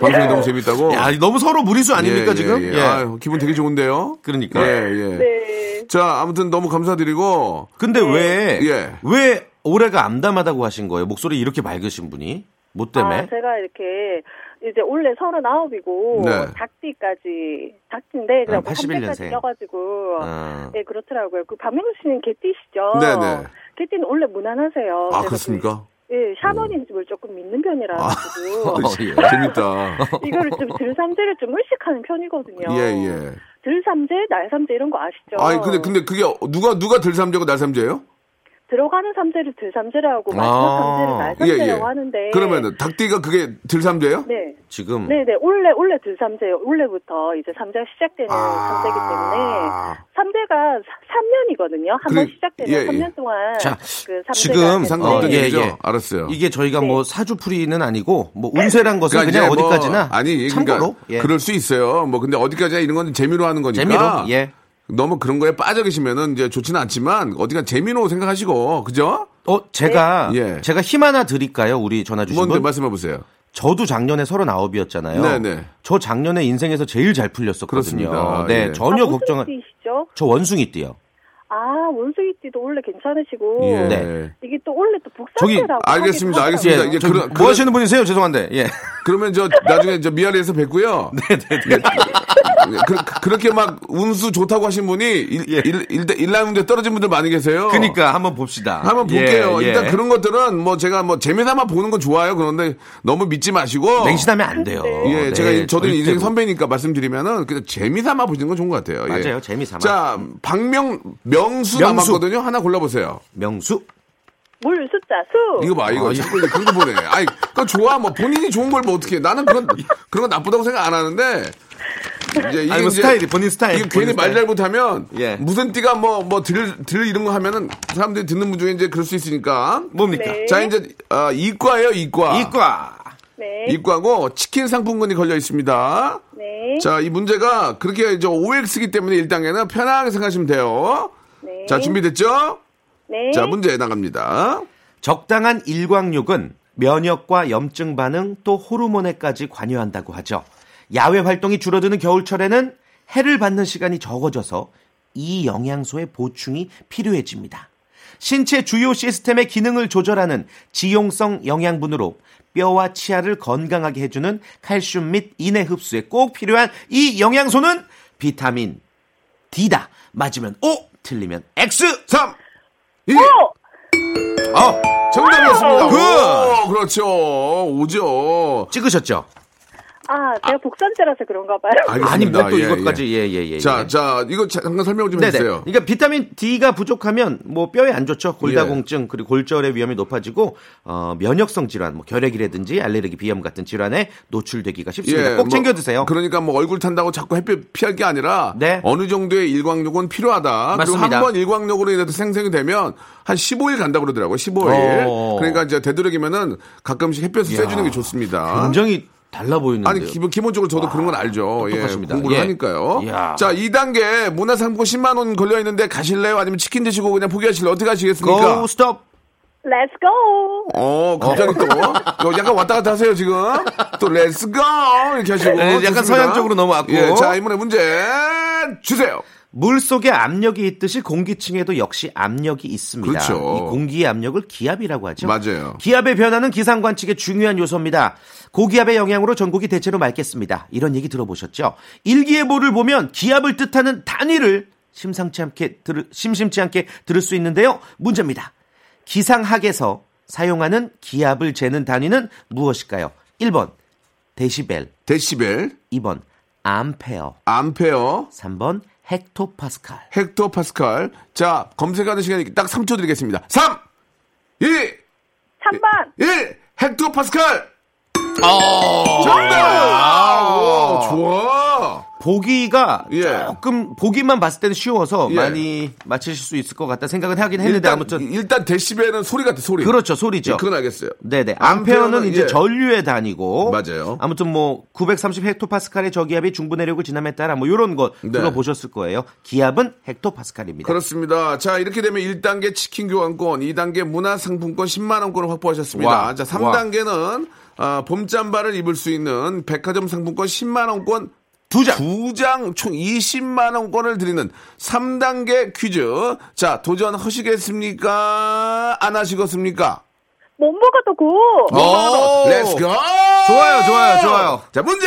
C: 방송이 너무 재밌다고.
H: 네. 야, 너무 서로 무리수 아닙니까,
C: 예,
H: 지금?
C: 예, 예. 아유, 기분 되게 좋은데요?
H: 그러니까.
C: 예, 예.
J: 네.
C: 자, 아무튼 너무 감사드리고.
H: 근데 왜,
C: 예.
H: 왜 올해가 암담하다고 하신 거예요? 목소리 이렇게 맑으신 분이? 뭐 때문에?
J: 아, 제가 이렇게 이제 원래 서른아홉이고
C: 네.
J: 닭띠까지 닭띠인데 뭐 그냥
H: 81 년생.
J: 까지 껴가지고
H: 아.
J: 네 그렇더라고요. 그 박명수 씨는 개띠시죠?
H: 어.
C: 네네.
J: 개띠는 원래 무난하세요.
C: 아,
J: 제가
C: 그렇습니까?
J: 그, 예, 샤머니즘을 조금 믿는 편이라 가지고
C: 아.
H: 어, 예.
C: 네, 재밌다.
J: *laughs* 이거를 좀 들삼재를 좀 의식하는 편이거든요.
C: 예, 예.
J: 들삼재, 날삼재 이런 거 아시죠?
C: 아니, 근데, 근데 그게 누가, 누가 들삼재고 날삼재예요?
J: 들어가는 삼재를 들삼재라고
H: 아.
J: 마지막 네, 삼재를
C: 예,
J: 날삼재라고
C: 예.
J: 하는데
C: 그러면은, 닭띠가 그게 들삼재예요?
J: 네.
H: 지금.
J: 네네 원래 원래 들삼재요 원래부터 이제 삼재가 시작되는 삼재이기 때문에
C: 아.
J: 삼재가 3년이거든요 한 번
C: 그래,
J: 시작되면
C: 예, 예.
J: 3년 동안
H: 자,
J: 그 삼재가
H: 지금
J: 되는데
H: 상관없는
C: 상관없던
H: 예,
C: 얘기죠?
H: 예.
C: 알았어요.
H: 이게 저희가 뭐 사주풀이는 아니고, 뭐 운세란 것은
C: 그러니까
H: 그냥
C: 이제 뭐-
H: 어디까지나.
C: 아니
H: 참고로.
C: 그러니까
H: 예.
C: 그럴 수 있어요. 뭐 근데 어디까지나 이런 건 재미로 하는 거니까.
H: 재미로, 예.
C: 너무 그런 거에 빠져 계시면은 이제 좋지는 않지만 어디가 재미로 생각하시고 그죠?
H: 어, 제가,
C: 예.
H: 제가 힘 하나 드릴까요? 우리 전화 주신
C: 뭔데
H: 분.
C: 말씀해 보세요.
H: 저도 작년에 39이었잖아요.
C: 네네.
H: 저 작년에 인생에서 제일 잘 풀렸었거든요.
C: 그렇습니다.
H: 네,
C: 예.
H: 전혀
J: 아,
H: 걱정을.
J: 원숭이띠시죠?
H: 저 원숭이 띠요.
J: 아 원숭이띠도 원래 괜찮으시고
C: 예.
H: 네.
J: 이게 또 원래 또
H: 저기,
J: 북상대라고
C: 알겠습니다,
H: 예,
C: 알겠습니다. 이제
H: 저기
C: 그런- 어.
H: 뭐 하시는 분이세요? 죄송한데. 예.
C: 그러면 저 나중에 저 미아리에서
H: *laughs*
C: 뵙고요. 네네네. 그, 렇게막 운수 좋다고 하신 분이 일,
H: 예.
C: 일, 일, 1라운드에 떨어진 분들 많이 계세요.
H: 그니까 그러니까 한번 봅시다.
C: 한번
H: 예,
C: 볼게요.
H: 예.
C: 일단 그런 것들은 뭐 제가 뭐 재미삼아 보는 건 좋아요. 그런데 너무 믿지 마시고
H: 맹신하면 안 돼요.
C: 예,
H: 네,
C: 제가 이- 저도
H: 절대로.
C: 인생 선배니까 말씀드리면은 그냥 재미삼아 보시는 건 좋은 것 같아요. 예.
H: 맞아요, 재미삼아.
C: 자, 박명 명수,
H: 명수.
C: 남았거든요. 하나 골라보세요.
H: 명수.
J: 물 숫자 수
C: 이거 봐, 이거
H: 아,
C: 자꾸 이제 그런 거 보네. 아이, 그거 좋아. 뭐 본인이 좋은 걸 뭐 어떻게? 해. 나는 그런
H: *laughs*
C: 그런 거 나쁘다고 생각 안 하는데. 이제 이게
H: 아니, 뭐
C: 이제
H: 스타일이, 본인 스타일.
C: 이게
H: 본인
C: 괜히 말
H: 스타일.
C: 잘못하면
H: 예.
C: 무슨 띠가 뭐뭐들들 이런 거 하면은 사람들이 듣는 분 중에 이제 그럴 수 있으니까.
H: 뭡니까?
J: 네.
C: 자 이제 아, 이과예요, 이과.
H: 이과.
J: 네,
C: 이과고 치킨 상품권이 걸려 있습니다.
J: 네.
C: 그 자, 이 문제가 그렇게 이제 OX이기 때문에 일단계는 편하게 생각하시면 돼요.
J: 네.
C: 자, 준비됐죠?
J: 네.
C: 자, 문제 나갑니다.
H: 적당한 일광욕은 면역과 염증 반응 또 호르몬에까지 관여한다고 하죠. 야외 활동이 줄어드는 겨울철에는 해를 받는 시간이 적어져서 이 영양소의 보충이 필요해집니다. 신체 주요 시스템의 기능을 조절하는 지용성 영양분으로 뼈와 치아를 건강하게 해주는 칼슘 및 인해 흡수에 꼭 필요한 이 영양소는 비타민 D다. 맞으면 O, 틀리면 X. 어,
C: 3, 2,
J: 어,
C: 아,
H: 그!
C: 정답이었습니다.
H: 굿!
C: 오, 그렇죠. 오죠.
H: 찍으셨죠?
J: 아, 제가 복산자라서 그런가 봐요.
C: 알겠습니다.
H: 아니, 뭐또
C: 예,
H: 이것까지, 예, 예, 예.
C: 자,
H: 예.
C: 자, 이거 자- 잠깐 설명 좀
H: 네네.
C: 해주세요.
H: 그러니까 비타민 D가 부족하면 뭐 뼈에 안 좋죠. 골다공증
C: 예.
H: 그리고 골절의 위험이 높아지고 어, 면역성 질환, 뭐 결핵이라든지 알레르기, 비염 같은 질환에 노출되기가 쉽습니다. 꼭
C: 뭐,
H: 챙겨 드세요.
C: 그러니까 뭐 얼굴 탄다고 자꾸 햇빛 피할 게 아니라
H: 네.
C: 어느 정도의 일광욕은 필요하다. 그리고
H: 맞습니다.
C: 한 번 일광욕으로 인해서 생성이 되면 한 15일 간다 고 그러더라고요. 15일.
H: 어.
C: 그러니까 이제 되도록이면은 가끔씩 햇볕을 쐬주는 게 좋습니다.
H: 굉장히 달라 보이는데요.
C: 아니 기본 기본적으로 저도 그런 건 알죠. 예,
H: 똑똑하십니다.
C: 공부를
H: 예.
C: 하니까요.
H: 이야.
C: 자, 2단계 문화상품 10만 원 걸려 있는데 가실래요? 아니면 치킨 드시고 그냥 포기하실래요? 어떻게 하시겠습니까?
H: Go stop.
J: Let's go!
C: 어, 갑자기 또 어, 약간 왔다 갔다 하세요 지금. 또 렛츠 고 이렇게 하시고.
H: 네, 약간
C: 좋습니다.
H: 서양 쪽으로 넘어왔고.
C: 예, 자, 이번에 문제 주세요.
H: 물 속에 압력이 있듯이 공기층에도 역시 압력이 있습니다.
C: 그렇죠.
H: 이 공기의 압력을 기압이라고 하죠.
C: 맞아요.
H: 기압의 변화는 기상 관측의 중요한 요소입니다. 고기압의 영향으로 전국이 대체로 맑겠습니다. 이런 얘기 들어보셨죠? 일기예보를 보면 기압을 뜻하는 단위를 심상치 않게 들을, 심심치 않게 들을 수 있는데요. 문제입니다. 기상학에서 사용하는 기압을 재는 단위는 무엇일까요? 1번 데시벨,
C: 데시벨,
H: 2번 암페어,
C: 암페어,
H: 3번 헥토파스칼.
C: 헥토 파스칼. 자, 검색하는 시간이 딱 3초 드리겠습니다. 3 2
J: 3번!
C: 1 헥토 파스칼. 정답.
H: 아.
C: 아, 오, 좋아.
H: 보기가
C: 예.
H: 조금 보기만 봤을 때는 쉬워서
C: 예.
H: 많이 맞히실 수 있을 것 같다 생각은 하긴 했는데
C: 일단,
H: 아무튼
C: 일단 데시벨은 소리 같아 소리.
H: 그렇죠 소리죠.
C: 예, 그건 알겠어요.
H: 네네 암페어는
C: 암페어는,
H: 이제
C: 예.
H: 전류의 단위고
C: 맞아요.
H: 아무튼 뭐 930 헥토파스칼의 저기압이 중부 내륙을 지남에 따라 뭐 이런 거
C: 네.
H: 들어보셨을 거예요. 기압은 헥토파스칼입니다.
C: 그렇습니다. 자, 이렇게 되면 1단계 치킨 교환권, 2단계 문화상품권 10만원권을 확보하셨습니다.
H: 와,
C: 자, 3단계는 아, 봄잠바를 입을 수 있는 백화점 상품권 10만원권 두 장. 두 장, 총 20만원권을 드리는 3단계 퀴즈. 자, 도전하시겠습니까? 안 하시겠습니까?
J: 못 먹어도 고!
H: 오!
C: 렛츠고!
H: 좋아요, 좋아요, 좋아요.
C: 자, 문제!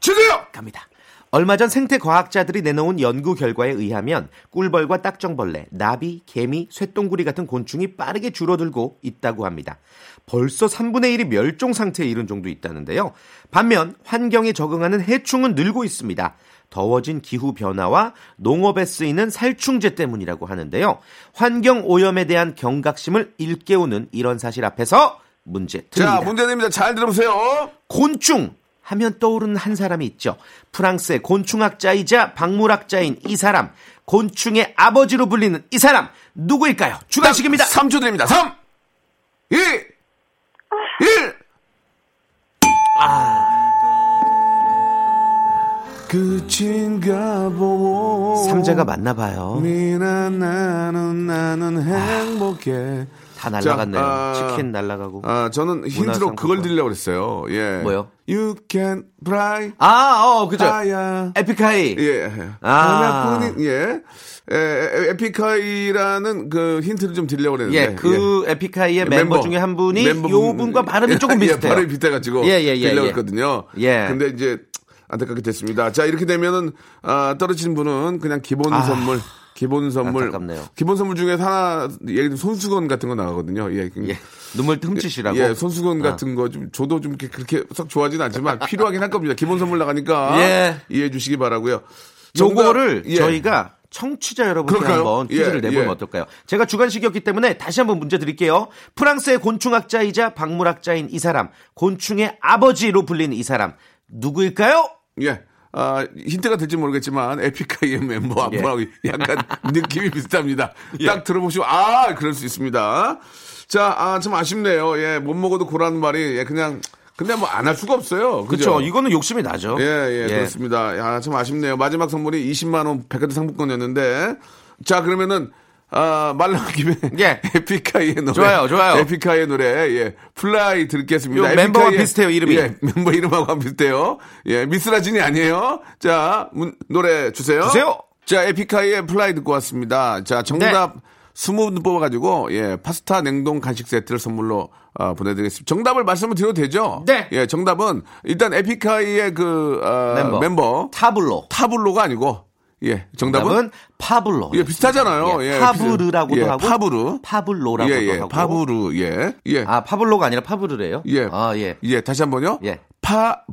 C: 주세요!
H: 갑니다. 얼마 전 생태 과학자들이 내놓은 연구 결과에 의하면 꿀벌과 딱정벌레, 나비, 개미, 쇠똥구리 같은 곤충이 빠르게 줄어들고 있다고 합니다. 벌써 3분의 1이 멸종 상태에 이른 정도 있다는데요. 반면 환경에 적응하는 해충은 늘고 있습니다. 더워진 기후 변화와 농업에 쓰이는 살충제 때문이라고 하는데요. 환경 오염에 대한 경각심을 일깨우는 이런 사실 앞에서 문제 드립니다.
C: 자, 문제 됩니다. 잘 들어보세요.
H: 곤충 하면 떠오르는 한 사람이 있죠. 프랑스의 곤충학자이자 박물학자인 이 사람, 곤충의 아버지로 불리는 이 사람 누구일까요? 주관식입니다.
C: 3초 드립니다. 3, 2, 1.
H: 아.
C: 끝인가 보고
H: 삼자가 맞나 봐요.
C: 네, 미안 나는 나는 행복해
H: 다 날라갔네요.
C: 자, 아,
H: 치킨 날라가고. 아,
C: 아 저는 힌트로
H: 문화상품권.
C: 그걸 드리려고 그랬어요 예
H: 뭐요?
C: You can fly
H: 어, 그죠.
C: higher
H: 에픽하이.
C: 아, 예.
H: 아.
C: 하나뿐인 예. 에, 에, 에픽하이라는 그 힌트를 좀 드리려고 그랬는데
H: 예, 그 에픽하이의
C: 예,
H: 멤버, 중에 한 분이
C: 멤버
H: 요 분과 발음이 조금 비슷해요.
C: 예, 발음이 비슷해가지고
H: 예, 예, 예,
C: 빌려고
H: 예.
C: 했거든요.
H: 예.
C: 근데 이제 안타깝게 됐습니다. 자 이렇게 되면은 아, 떨어진 분은 그냥 기본 선물. 기본 선물,
H: 아, 안타깝네요.
C: 기본 선물 중에 하나, 예를 들면 손수건 같은 거 나가거든요. 예,
H: 예, 눈물 훔치시라고.
C: 예, 손수건
H: 아.
C: 같은 거 좀, 저도 좀 이렇게 그렇게 썩 좋아하진 않지만 필요하긴 할 겁니다. 기본 선물 나가니까
H: 예.
C: 이해해 주시기 바라고요. 정답,
H: 요거를
C: 예.
H: 저희가 청취자 여러분께
C: 그럴까요?
H: 한번 퀴즈를
C: 예,
H: 내보면
C: 예.
H: 어떨까요? 제가 주관식이었기 때문에 다시 한번 문제 드릴게요. 프랑스의 곤충학자이자 박물학자인 이 사람, 곤충의 아버지로 불리는 이 사람 누구일까요?
C: 예. 아, 힌트가 될지 모르겠지만 에픽하이의 멤버 안무하고 *laughs* 약간 느낌이 비슷합니다. 딱 들어보시면 아 그럴 수 있습니다. 자, 아, 참 아쉽네요. 예, 못 먹어도 고라는 말이 예, 그냥 그냥 뭐 안 할 수가 없어요. 그죠?
H: 그렇죠. 이거는 욕심이 나죠.
C: 예, 예, 그렇습니다. 야, 참 아쉽네요. 마지막 선물이 20만 원 백화점 상품권이었는데 자, 그러면은 아, 말 나온 김에
H: *laughs* 예.
C: *laughs* 에픽하이의 노래.
H: 좋아요, 좋아요.
C: 에픽하이의 노래. 예. 플라이
H: 요
C: 듣겠습니다.
H: 멤버와
C: 에픽하이의-
H: 비슷해요, 이름이.
C: 예, 멤버 이름하고 안 비슷해요. 예, 미스라진이 아니에요. 자, 문- 노래 주세요.
H: 주세요.
C: 자, 에픽하이의 플라이 듣고 왔습니다. 자,
H: 네.
C: 정답 20분 뽑아가지고, 예, 파스타 냉동 간식 세트를 선물로 아, 보내드리겠습니다. 정답을 말씀을 드려도 되죠?
H: 네.
C: 예, 정답은 일단 에픽하이의 그, 아,
H: 멤버.
C: 멤버.
H: 타블로.
C: 타블로가 아니고, 예, 정답은?
H: 정답은 파블로.
C: 예, 비슷하잖아요. 예,
H: 파브르라고도
C: 예,
H: 하고
C: 파브르.
H: 파블로라고도
C: 예, 예,
H: 하고.
C: 파브르, 예. 예.
H: 아, 파블로가 아니라 파브르래요?
C: 예.
H: 아, 예.
C: 예, 다시 한 번요.
H: 예.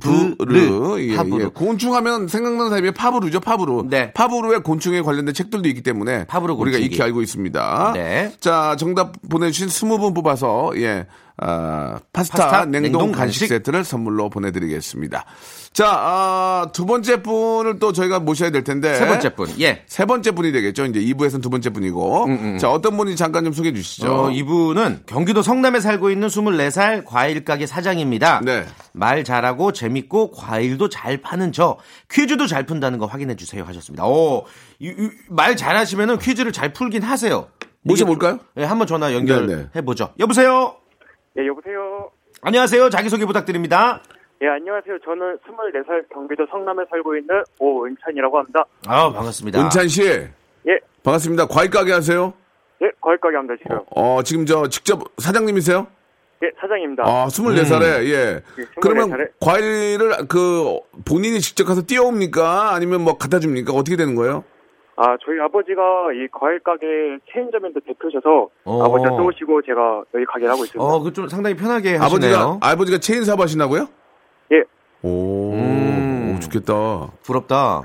C: 파브르. 예,
H: 파브르.
C: 예. 곤충하면 생각나는 사람이 파브르죠, 파브르.
H: 네.
C: 파브르에 곤충에 관련된 책들도 있기 때문에
H: 파브르
C: 우리가
H: 곤충이.
C: 익히 알고 있습니다.
H: 네.
C: 자, 정답 보내주신 20분 뽑아서 예, 아, 파스타,
H: 파스타,
C: 냉동,
H: 냉동
C: 간식
H: 간식
C: 세트를 선물로 보내드리겠습니다. 자, 아, 두 번째 분을 또 저희가 모셔야 될 텐데
H: 세 번째 분. 예.
C: 세 번째 분이 되겠죠. 이제 2부에서는 두 번째 분이고. 자, 어떤 분이 잠깐 좀 소개해 주시죠.
H: 음. 어, 이분은 경기도 성남에 살고 있는 24살 과일 가게 사장입니다.
C: 네.
H: 말 잘하고 재밌고 과일도 잘 파는 저 퀴즈도 잘 푼다는 거 확인해 주세요 하셨습니다. 오, 이- 이- 말 잘하시면은 퀴즈를 잘 풀긴 하세요.
C: 모셔볼까요?
H: 예, 한번 전화
C: 네,
H: 연결해 보죠. 여보세요.
I: 예, 여보세요.
H: 안녕하세요. 자기 소개 부탁드립니다.
I: 예, 안녕하세요. 저는 24살 경기도 성남에 살고 있는 오은찬이라고 합니다.
H: 아, 반갑습니다.
C: 은찬 씨.
I: 예,
C: 반갑습니다. 과일 가게 하세요?
I: 예, 과일가게 합니다, 지금.
C: 어, 지금 저 직접 사장님이세요?
I: 예, 사장입니다.
C: 아, 24살에, 예.
I: 예, 24살 에.
C: 그러면 과일을 그 본인이 직접 가서 띄워옵니까? 아니면 뭐 갖다 줍니까? 어떻게 되는 거예요?
I: 아, 저희 아버지가 이 과일 가게 체인점인데 대표셔서
H: 어.
I: 아버지가 쏘시고 제가 여기 가게를 하고 있습니다.
H: 어, 그 좀 상당히 편하게 하시네요.
C: 아버지가, 아버지가 체인 사업 하시나고요?
I: 예.
C: 오,
H: 음.
C: 오, 좋겠다.
H: 부럽다.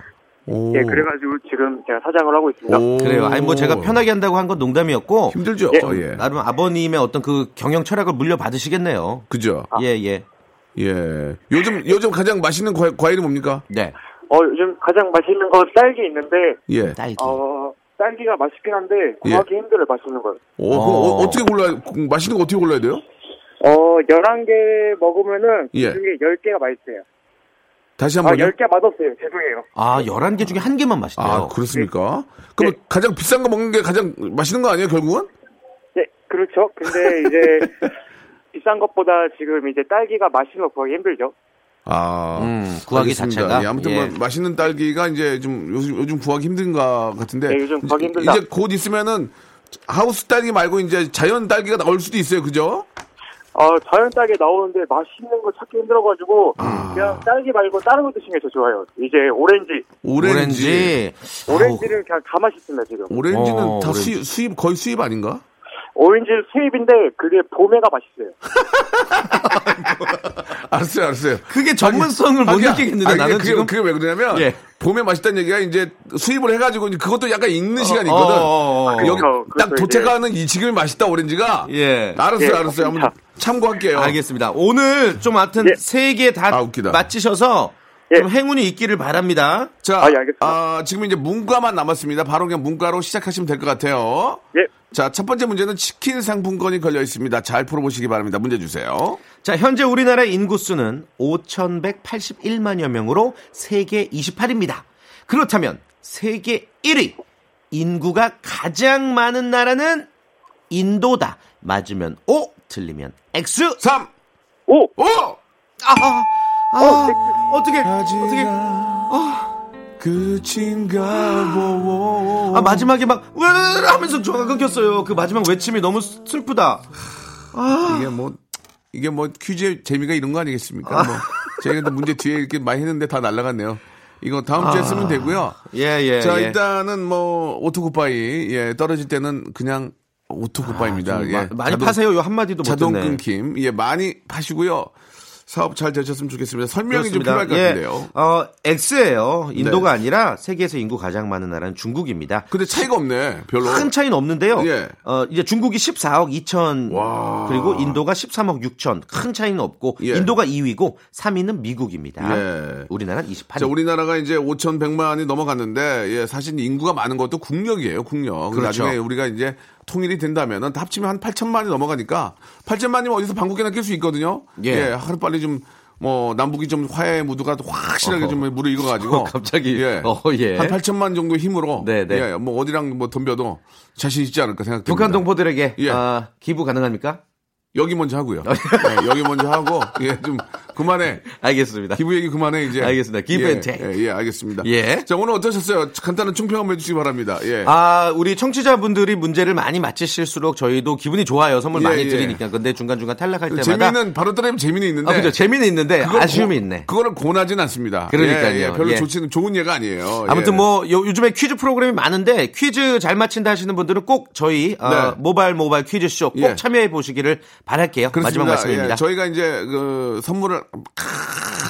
C: 오.
I: 예, 그래가지고 지금 제가 사장을 하고 있습니다.
C: 오.
H: 그래요. 아니 뭐 제가 편하게 한다고 한 건 농담이었고
C: 힘들죠?
I: 예.
C: 어, 예.
H: 나름 아버님의 어떤 그 경영 철학을 물려받으시겠네요.
C: 그죠?
I: 아.
H: 예, 예.
C: 예. 요즘, 요즘 가장 맛있는 과, 과일이 뭡니까?
H: 네.
I: 어, 요즘 가장 맛있는 건 딸기 있는데,
C: 예.
H: 딸기.
I: 어, 딸기가 맛있긴 한데, 구하기 힘들어요, 맛있는 건.
C: 어, 그거
H: 어.
C: 어, 어떻게 골라야, 맛있는 거 어떻게 골라야 돼요?
I: 어, 11개 먹으면은,
C: 예.
I: 그 중에 10개가 맛있어요.
C: 다시
I: 아,
C: 한 번요?
I: 10개 맛없어요. 죄송해요.
H: 아, 11개 중에 한 개만 맛있대요.
C: 아, 그렇습니까? 그럼
H: 예.
C: 가장 비싼 거 먹는 게 가장 맛있는 거 아니에요, 결국은?
I: 예, 그렇죠.
C: *laughs*
I: 근데 이제, 비싼 것보다 지금 이제 딸기가 맛있는 거 구하기 힘들죠.
C: 아,
H: 음, 구하기
C: 알겠습니다.
H: 자체가.
C: 예, 아무튼
H: 예.
C: 뭐 맛있는 딸기가 이제 좀 요즘, 요즘 구하기 힘든 것 같은데.
I: 네, 요즘 구하기
C: 이제-
I: 힘들다.
C: 이제 곧 있으면은 하우스 딸기 말고 이제 자연 딸기가 나올 수도 있어요, 그죠?
I: 어, 자연 딸기 나오는데 맛있는 거 찾기 힘들어가지고,
C: 아.
I: 그냥 딸기 말고 다른 거 드시는 게 더 좋아요. 이제 오렌지.
C: 오렌지.
H: 오렌지.
I: 오렌지를 그냥 다 맛있습니다, 지금.
C: 오렌지는
H: 어,
C: 다
H: 오렌지.
C: 수입, 수입, 거의 수입 아닌가?
I: 오렌지 수입인데, 그게 봄에가 맛있어요.
C: 알았어요, 알았어요.
H: 그게 전문성을 못
C: 하긴,
H: 느끼겠는데
C: 아니,
H: 나는
C: 그게,
H: 지금
C: 그게 왜 그러냐면
H: 예.
C: 봄에 맛있다는 얘기가 이제 수입을 해가지고 이제 그것도 약간 익는 시간이
H: 어,
C: 있거든. 아,
H: 어, 어, 어.
C: 여기
I: 그렇죠.
C: 딱
I: 그래서
C: 도착하는 이 지금 맛있다 오렌지가.
H: 예.
C: 알았어요,
I: 예,
C: 알았어요. 한번
I: 맞습니다.
C: 참고할게요.
H: 알겠습니다. 오늘 좀 하여튼
I: 예.
H: 세 개 다
C: 아, 웃기다.
H: 맞히셔서
I: 예.
H: 좀 행운이 있기를 바랍니다.
C: 자,
I: 아, 예, 알겠습니다.
C: 아, 지금 이제 문과만 남았습니다. 바로 그냥 문과로 시작하시면 될 것 같아요.
I: 예.
C: 자, 첫 번째 문제는 치킨 상품권이 걸려 있습니다. 잘 풀어보시기 바랍니다. 문제 주세요.
H: 자, 현재 우리나라 인구수는 5,181만여 명으로 세계 28입니다. 그렇다면 세계 1위 인구가 가장 많은 나라는 인도다. 맞으면 O, 틀리면 X.
C: 3,
I: 오!
C: 5!
H: 아, 아, 아, 어떻게 어떻게
C: 그 끝인가 뭐, 보오.
H: 아 마지막에 막 으르르 하면서 전화 끊겼어요. 그 마지막 외침이 너무 슬- 슬프다.
C: 이게 뭐 이게 뭐 퀴즈의 재미가 이런 거 아니겠습니까? 뭐 저희가 또 문제 뒤에 이렇게 많이 했는데 다 날라갔네요. 이거 다음 주에 쓰면 되고요.
H: 예, 예.
C: 자
H: 예.
C: 일단은 뭐 오토굿바이 예 떨어질 때는 그냥 오토굿바입니다.
H: 좀
C: 예.
H: 아, 뭐, 마- 많이
C: 자동-
H: 파세요. 요 한마디도 못
C: 자동
H: 듣네.
C: 끊김 예 많이 파시고요. 사업 잘 되셨으면 좋겠습니다. 설명이 좀 필요할 것
H: 예.
C: 같은데요.
H: 어, X예요. 인도가
C: 네.
H: 아니라 세계에서 인구 가장 많은 나라는 중국입니다.
C: 근데 차이가 없네. 별로.
H: 큰 차이는 없는데요.
C: 예.
H: 어, 이제 중국이 14억 2천
C: 와.
H: 그리고 인도가 13억 6천 큰 차이는 없고
C: 예.
H: 인도가 2위고 3위는 미국입니다.
C: 예.
H: 우리나라는 28위.
C: 자, 우리나라가 이제 5,100만이 넘어갔는데, 예, 사실 인구가 많은 것도 국력이에요, 국력.
H: 그렇죠.
C: 나중에 우리가 이제 통일이 된다면은 다 합치면 한 8,000만이 넘어가니까, 8,000만이면 어디서 방국이나 낄 수 있거든요.
H: 예.
C: 하루빨리 좀, 뭐, 남북이 좀 화해 무드가 확실하게 좀
H: *laughs*
C: 무르익어가지고.
H: 갑자기.
C: 예.
H: 어, 예.
C: 한 8천만 정도 힘으로.
H: 네, 네.
C: 예, 뭐 어디랑 뭐 덤벼도 자신 있지 않을까 생각됩니다.
H: 북한 동포들에게
C: 예.
H: 아, 기부 가능합니까?
C: 여기 먼저 하고요.
H: 아,
C: 예, 여기 먼저 하고, 예, 좀, 그만해.
H: 알겠습니다.
C: 기부 얘기 그만해 이제.
H: 알겠습니다. Give
C: 예,
H: and take.
C: 예, 예, 알겠습니다.
H: 예.
C: 자 오늘 어떠셨어요? 간단한 총평 한번 해주시기 바랍니다. 예.
H: 아, 우리 청취자분들이 문제를 많이 맞히실수록 저희도 기분이 좋아요. 선물
C: 예,
H: 많이
C: 예. 그
H: 드리니까. 근데 중간중간 탈락할 때마다
C: 재미는 바로 떨어지면 재미는 있는데. 뭐
H: 아, 그죠. 재미는 있는데
C: 그거
H: 아쉬움이
C: 고-
H: 있네.
C: 그거를 권하진 않습니다.
H: 그러니까요.
C: 예, 예, 별로
H: 예.
C: 좋지는 좋은 예가 아니에요. 예.
H: 아무튼 뭐 요, 즘에 퀴즈 프로그램이 많은데 퀴즈 잘 맞힌다 하시는 분들은 꼭 저희 어,
C: 네.
H: 모바일 모바일 퀴즈쇼 꼭
C: 예.
H: 참여해 보시기를 바랄게요. 마지막 말씀입니다.
C: 예, 저희가 이제 그 선물을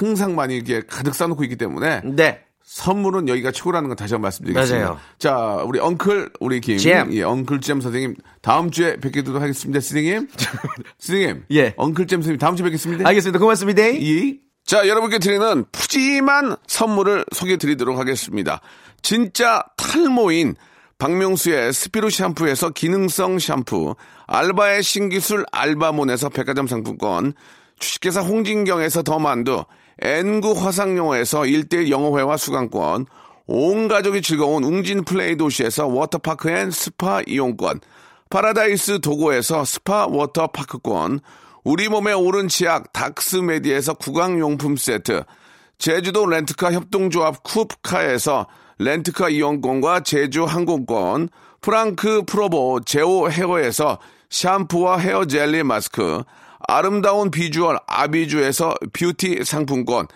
C: 항상 많이 이렇게 가득 싸놓고 있기 때문에
H: 네.
C: 선물은 여기가 최고라는 건 다시 한번 말씀드리겠습니다.
H: 맞아요.
C: 자, 우리 엉클 우리 김,
H: 잼.
C: 예, 엉클 잼 선생님 다음 주에 뵙겠도록 하겠습니다,
H: *laughs*
C: 선생님. 선생님,
H: 예. 아,
C: 엉클 잼 선생님 다음 주에 뵙겠습니다.
H: 알겠습니다. 고맙습니다.
C: 이. 자, 여러분께 드리는 푸짐한 선물을 소개해 드리도록 하겠습니다. 진짜 탈모인 박명수의 스피루 샴푸에서 기능성 샴푸, 알바의 신기술 알바몬에서 백화점 상품권, 주식회사 홍진경에서 더 만두, N구 화상영어에서 1대1 영어회화 수강권, 온 가족이 즐거운 웅진 플레이 도시에서 워터파크 앤 스파 이용권, 파라다이스 도고에서 스파 워터파크권, 우리 몸의 오른 치약 닥스메디에서 구강용품 세트, 제주도 렌트카 협동조합 쿱카에서 렌트카 이용권과 제주 항공권, 프랑크 프로보 제오 헤어에서 샴푸와 헤어 젤리 마스크, 아름다운 비주얼 아비주에서 뷰티 상품권,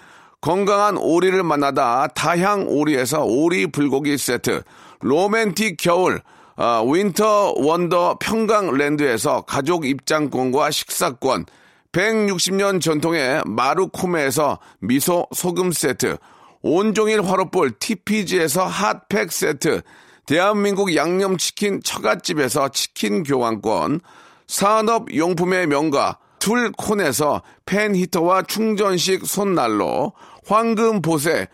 C: 건강한 오리를 만나다 다향 오리에서 오리 불고기 세트 로맨틱 겨울 아, 윈터 원더 평강랜드에서 가족 입장권과 식사권 160년 전통의 마루코메에서 미소 소금 세트 온종일 화로볼 TPG에서 핫팩 세트 대한민국 양념치킨 처갓집에서 치킨 교환권 산업용품의 명가 툴콘에서 팬히터와 충전식 손난로, 황금보세,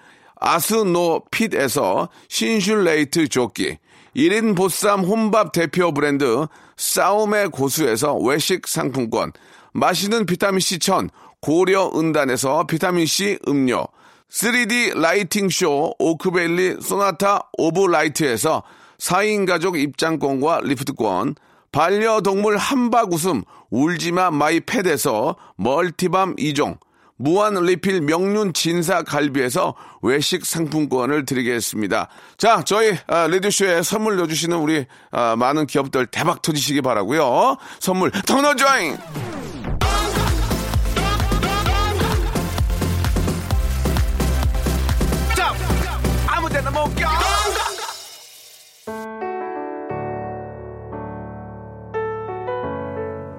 C: 아스노핏에서 신슐레이트 조끼, 1인 보쌈 혼밥 대표 브랜드 싸움의 고수에서 외식 상품권, 마시는 비타민C 천 고려은단에서 비타민C 음료, 3D 라이팅 쇼 오크밸리 소나타 오브 라이트에서 4인 가족 입장권과 리프트권, 반려동물 한박 웃음 울지마 마이 팻에서 멀티밤 2종, 무한 리필 명륜 진사 갈비에서 외식 상품권을 드리겠습니다. 자, 저희 아, 레디쇼에 선물 넣어주시는 우리 아, 많은 기업들 대박 터지시기 바라고요. 선물 더 넣어줘잉!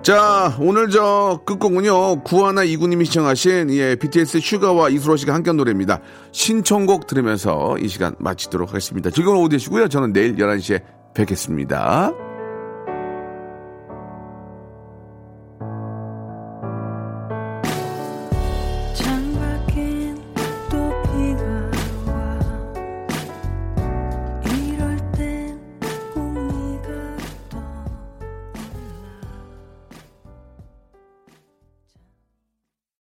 C: 자, 오늘 저 끝곡은요, 구하나 이구님이 시청하신, 예, BTS 슈가와 이수로 씨가 함께한 노래입니다. 신청곡 들으면서 이 시간 마치도록 하겠습니다. 즐거운 오후 되시고요. 저는 내일 11시에 뵙겠습니다.